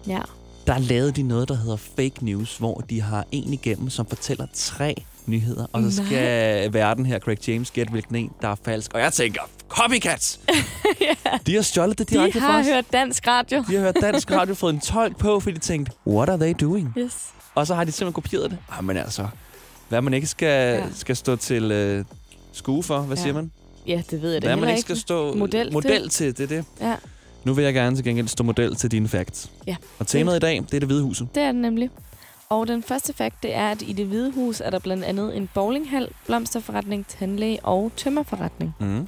[SPEAKER 7] Ja.
[SPEAKER 2] der lavede de noget, der hedder fake news, hvor de har en igennem, som fortæller tre nyheder, og så
[SPEAKER 7] Nej.
[SPEAKER 2] skal verden her, Craig James, gætte, hvilken en, der er falsk. Og jeg tænker, copycats! ja. De har stjålet det
[SPEAKER 7] De
[SPEAKER 2] direkte fra
[SPEAKER 7] har
[SPEAKER 2] os.
[SPEAKER 7] hørt dansk radio.
[SPEAKER 2] De har hørt dansk radio, fået en tolk på, fordi de tænkte, what are they doing?
[SPEAKER 7] Yes.
[SPEAKER 2] Og så har de simpelthen kopieret det. Jamen altså, hvad man ikke skal,
[SPEAKER 7] Ja.
[SPEAKER 2] ja. skal stå til øh, skue for, hvad
[SPEAKER 7] Ja.
[SPEAKER 2] ja. siger man?
[SPEAKER 7] Ja, det ved jeg da
[SPEAKER 2] Hvad
[SPEAKER 7] heller
[SPEAKER 2] man ikke skal stå
[SPEAKER 7] Model,
[SPEAKER 2] model til, det er det.
[SPEAKER 7] Ja,
[SPEAKER 2] Nu vil jeg gerne til gengæld stå model til dine facts.
[SPEAKER 7] Ja.
[SPEAKER 2] Og temaet i dag, det er det hvide huset.
[SPEAKER 7] det er den nemlig. Og den første fakt, det er, at i det hvide hus er der blandt andet en bowlinghal, blomsterforretning, tandlæge og tømmerforretning.
[SPEAKER 2] Mm.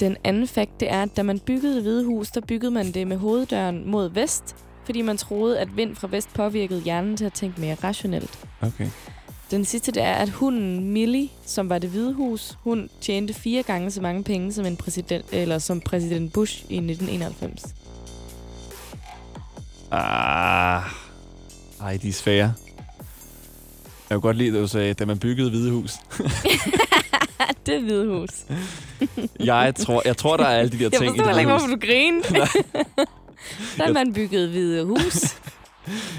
[SPEAKER 7] Den anden fakt, det er, at da man byggede det hvide hus, der byggede man det med hoveddøren mod vest, fordi man troede, at vind fra vest påvirkede hjernen til at tænke mere rationelt.
[SPEAKER 2] Okay.
[SPEAKER 7] Den sidste det er, at hunden Millie, som var det hvide hus, hun tjente fire gange så mange penge som, en præsident, eller som præsident Bush i 1991.
[SPEAKER 2] Ah. Ej, de er svære. Jeg kunne godt lide, at du sagde, da man byggede Hvide Hus.
[SPEAKER 7] det hvide hus.
[SPEAKER 2] jeg, tror, jeg tror, der er alle de der
[SPEAKER 7] Jeg
[SPEAKER 2] ting i
[SPEAKER 7] forstår
[SPEAKER 2] det
[SPEAKER 7] heller ikke,
[SPEAKER 2] Hvide Hus.
[SPEAKER 7] hvorfor du grinede. Der er
[SPEAKER 2] Jeg-
[SPEAKER 7] man bygget hvide hus.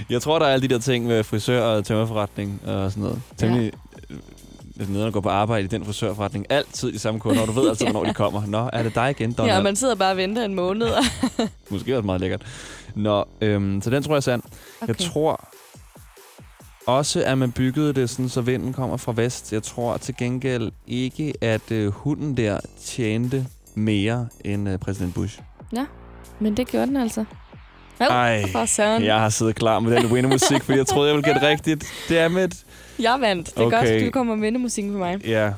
[SPEAKER 2] Jeg tror, der er alle de der ting med frisør og tømmerforretning og sådan noget. Temmelig øh, ja. nederen at gå på arbejde i den frisørforretning. Altid de samme kunder, og du ved altid, hvornår de kommer. Nå, er det dig igen, Donald?
[SPEAKER 7] ja, og man sidder bare og venter en måned. og-
[SPEAKER 2] Måske også meget lækkert. Nå, øhm, så den tror jeg er sand. Okay. Jeg
[SPEAKER 7] Okay.
[SPEAKER 2] tror også, at man byggede det sådan, så vinden kommer fra vest. Jeg tror til gengæld ikke, at øh, hunden der tjente mere end øh, præsident Bush.
[SPEAKER 7] ja, men det gjorde den altså. Hov,
[SPEAKER 2] Ej,
[SPEAKER 7] for søren.
[SPEAKER 2] jeg har siddet klar med den winner-musik, fordi jeg troede, jeg ville gætte rigtigt. Dammit.
[SPEAKER 7] Jeg vandt. Det er okay.
[SPEAKER 2] Okay.
[SPEAKER 7] godt, du kommer med musikken for mig.
[SPEAKER 2] Ja.
[SPEAKER 7] Ja.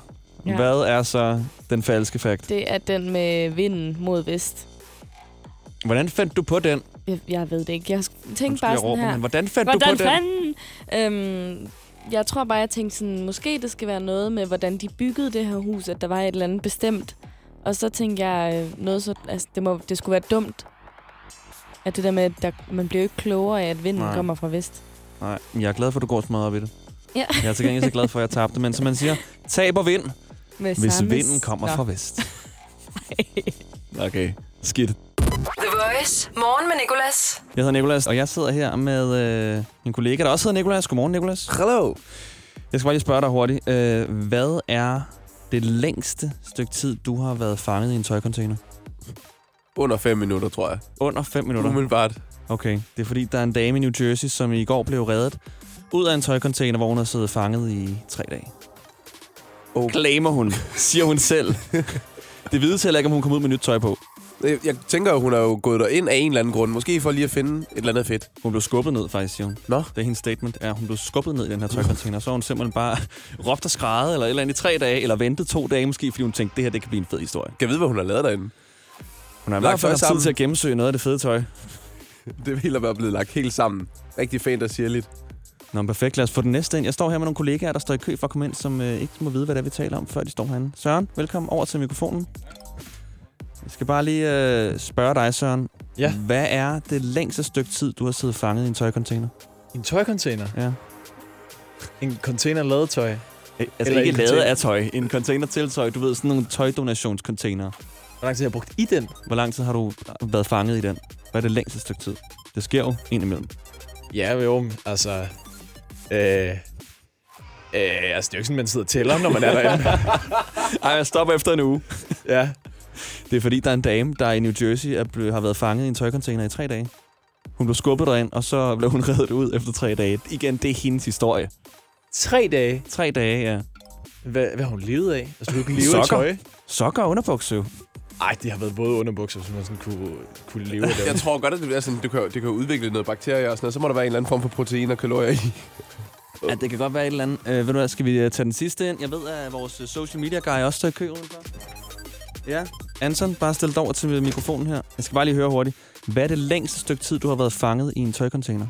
[SPEAKER 2] ja. Hvad er så den falske fakt?
[SPEAKER 7] Det er den med vinden mod vest.
[SPEAKER 2] Hvordan fandt du på den?
[SPEAKER 7] Jeg, jeg ved det ikke. Jeg tænkte
[SPEAKER 2] Undskyld,
[SPEAKER 7] bare
[SPEAKER 2] jeg
[SPEAKER 7] sådan
[SPEAKER 2] råber,
[SPEAKER 7] her.
[SPEAKER 2] men hvordan fandt du
[SPEAKER 7] hvordan
[SPEAKER 2] på den?
[SPEAKER 7] fanden? Øhm, jeg tror bare, jeg tænkte sådan, måske det skal være noget med, hvordan de byggede det her hus, at der var et eller andet bestemt. Og så tænkte jeg, øh, noget så, altså, det, må, det skulle være dumt. At det der med, at der, man bliver jo ikke klogere af, at vinden
[SPEAKER 2] Nej.
[SPEAKER 7] Nej. kommer fra vest.
[SPEAKER 2] Nej, men jeg er glad for, at du går så meget op i det.
[SPEAKER 7] Ja.
[SPEAKER 2] Jeg er til gengæld så glad for, at jeg tabte. Men som man siger, taber vind,
[SPEAKER 7] Med
[SPEAKER 2] hvis
[SPEAKER 7] samme-
[SPEAKER 2] vinden kommer
[SPEAKER 7] Nå.
[SPEAKER 2] fra vest. Okay, skidt.
[SPEAKER 1] The Voice. Morgen med Nicolas.
[SPEAKER 2] Jeg hedder Nikolas, og jeg sidder her med øh, en kollega, der også hedder Nikolas. Godmorgen, Nikolas. Hello. Jeg skal bare lige spørge dig hurtigt. Øh, hvad er det længste stykke tid, du har været fanget i en tøjcontainer?
[SPEAKER 16] Under 5 minutter, tror jeg.
[SPEAKER 2] Under 5 minutter?
[SPEAKER 16] Umiddelbart.
[SPEAKER 2] Okay, det er fordi, der er en dame i New Jersey, som i går blev reddet ud af en tøjcontainer, hvor hun har siddet fanget i tre dage. Oh. Klamer hun, siger hun selv. det vides heller ikke, om hun kom ud med nyt tøj på.
[SPEAKER 16] Jeg, jeg tænker, hun har jo gået derind af en eller anden grund. Måske for lige at finde et eller andet fedt.
[SPEAKER 2] Hun blev skubbet ned, faktisk, siger hun.
[SPEAKER 16] Nå?
[SPEAKER 2] Det er hendes statement, er, at hun blev skubbet ned i den her tøjcontainer. Så har hun simpelthen bare råbt og skrejet, eller et eller andet i tre dage, eller ventet to dage måske, fordi hun tænkte, det her det kan blive en fed historie.
[SPEAKER 16] Kan jeg vide, hvad hun har lavet derinde?
[SPEAKER 2] Hun har
[SPEAKER 16] Lagt
[SPEAKER 2] i hvert fald
[SPEAKER 16] tøj
[SPEAKER 2] haft tid
[SPEAKER 16] sammen.
[SPEAKER 2] til at gennemsøge noget af det fede tøj.
[SPEAKER 16] Det hele er bare blevet lagt helt sammen. Rigtig fint og sirligt.
[SPEAKER 2] Nå, men perfekt. Lad os få den næste ind. Jeg står her med nogle kollegaer, der står i kø for at komme ind, som øh, ikke må vide, hvad det er, vi taler om, før de står herinde. Søren, velkommen over til mikrofonen. Jeg skal bare lige øh, spørge dig, Søren.
[SPEAKER 17] Ja.
[SPEAKER 2] Hvad er det længste stykke tid, du har siddet fanget i en tøjcontainer?
[SPEAKER 17] En tøjcontainer?
[SPEAKER 2] Ja.
[SPEAKER 17] En container lavet tøj?
[SPEAKER 2] Altså Eller ikke lavet af tøj. En container til tøj. Du ved, sådan nogle tøjdonationscontainer.
[SPEAKER 17] Hvor lang tid har jeg brugt i den?
[SPEAKER 2] Hvor lang tid har du været fanget i den? Hvad er det længste stykke tid? Det sker jo indimellem.
[SPEAKER 17] Ja, jo, men altså... Øh, øh, altså, det er jo ikke sådan, man sidder og tæller, når man er derinde.
[SPEAKER 2] Ej, jeg stopper efter en uge.
[SPEAKER 17] ja.
[SPEAKER 2] Det er fordi, der er en dame, der i New Jersey er ble- har været fanget i en tøjcontainer i tre dage. Hun blev skubbet derind, og så blev hun reddet ud efter tre dage. Igen, det er hendes historie.
[SPEAKER 17] Tre dage?
[SPEAKER 2] Tre dage, ja.
[SPEAKER 17] Hvad, hvad har hun levet af? Altså, du kan ikke leve af
[SPEAKER 2] Sokker.
[SPEAKER 17] tøj?
[SPEAKER 2] Sokker og underbukser jo.
[SPEAKER 17] Ej, det har været både underbukser, som man sådan kunne, kunne leve af.
[SPEAKER 16] Jeg tror godt, at det, altså, det, kan, det kan udvikle noget bakterier og sådan noget. Så må der være en eller anden form for protein og kalorier i.
[SPEAKER 2] Ja, det kan godt være et eller andet. Øh, ved du hvad, skal vi øh, tage den sidste ind? Jeg ved, at vores øh, social media guy også står i kø udenfor. Ja. Anton, bare stil dig over til mikrofonen her. Jeg skal bare lige høre hurtigt. Hvad er det længste stykke tid, du har været fanget i en tøjcontainer?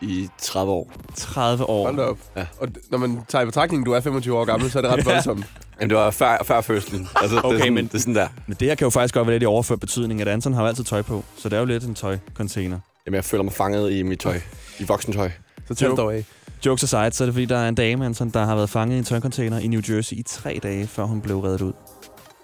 [SPEAKER 16] I 30 år.
[SPEAKER 2] 30 år.
[SPEAKER 16] Hold da op. Ja. Og d- når man tager i betragtning, du er 25 år gammel, så er det ret voldsomt.
[SPEAKER 18] Jamen, det var før, før fødslen. Altså, det,
[SPEAKER 2] Okay,
[SPEAKER 18] er sådan,
[SPEAKER 2] men-
[SPEAKER 18] det er sådan der.
[SPEAKER 2] Men det her kan jo faktisk godt være lidt i overført betydning, at Anton har jo altid tøj på. Så det er jo lidt en tøjcontainer.
[SPEAKER 18] Jamen, jeg føler mig fanget i mit tøj. I voksentøj.
[SPEAKER 16] Så tæl dog af.
[SPEAKER 2] Jokes aside, så er det fordi, der er en dame, Anton, der har været fanget i en tøjcontainer i New Jersey i tre dage, før hun blev reddet ud.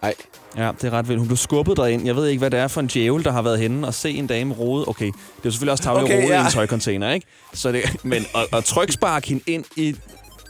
[SPEAKER 18] Nej.
[SPEAKER 2] Ja, det er ret vildt. Hun blev skubbet derind. Jeg ved ikke, hvad det er for en djævel, der har været henne og se en dame rode. Okay, det er jo selvfølgelig også tavle okay,
[SPEAKER 18] Okay,
[SPEAKER 2] rode ja. i
[SPEAKER 18] ja.
[SPEAKER 2] en tøjcontainer, ikke? Så det, men at, at tryksparke hende ind i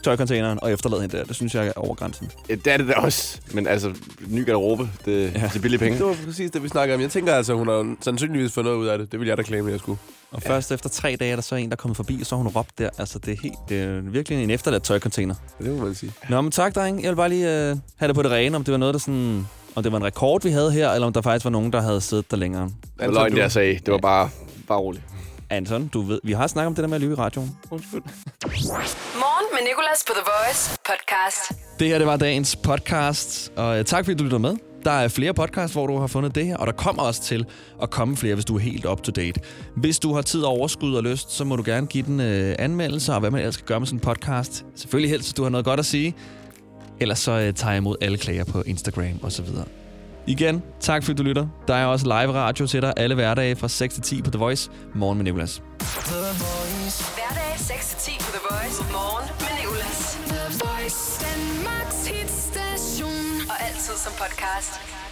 [SPEAKER 2] tøjcontaineren og efterlade hende der, det synes jeg er over grænsen.
[SPEAKER 18] Ja, Det er det da også. Men altså, ny garderobe, det, ja. det er billige penge.
[SPEAKER 16] Det var præcis det, vi snakkede om. Jeg tænker altså, hun har jo sandsynligvis fået noget ud af det. Det vil jeg da klage med, jeg skulle.
[SPEAKER 2] Og først efter tre dage er der så en, der er kommet forbi, og så har hun råbt der. Altså, det er, helt, det er virkelig en efterladt tøjcontainer.
[SPEAKER 16] Det må man sige.
[SPEAKER 2] Nå, men tak, dreng. Jeg vil bare lige øh, have det på det rene, om det var noget, der sådan... Om det var en rekord, vi havde her, eller om der faktisk var nogen, der havde siddet der længere.
[SPEAKER 18] Det var løgn, det jeg sagde. Det var bare, bare roligt.
[SPEAKER 2] Anton, du ved, vi har snakket om det der med at lyve i radioen.
[SPEAKER 18] Undskyld.
[SPEAKER 1] Morgen med Nicolas på The Voice podcast.
[SPEAKER 2] Det her, det var dagens podcast, og øh, tak fordi du lytter med. Der er flere podcasts, hvor du har fundet det her, og der kommer også til at komme flere, hvis du er helt up to date. Hvis du har tid og overskud og lyst, så må du gerne give den øh, anmeldelse og hvad man ellers skal gøre med sådan en podcast. Selvfølgelig helst, hvis du har noget godt at sige. Ellers så øh, tager jeg imod alle klager på Instagram og så videre. Igen, tak fordi du lytter. Der er også live radio til dig alle hverdage fra 6 til 10 på The Voice. Morgen med Nicolas.
[SPEAKER 1] Hverdag 6-10 på The Voice. Morgen med Nicolas. The Voice. Danmarks hitstation. Og altid som podcast.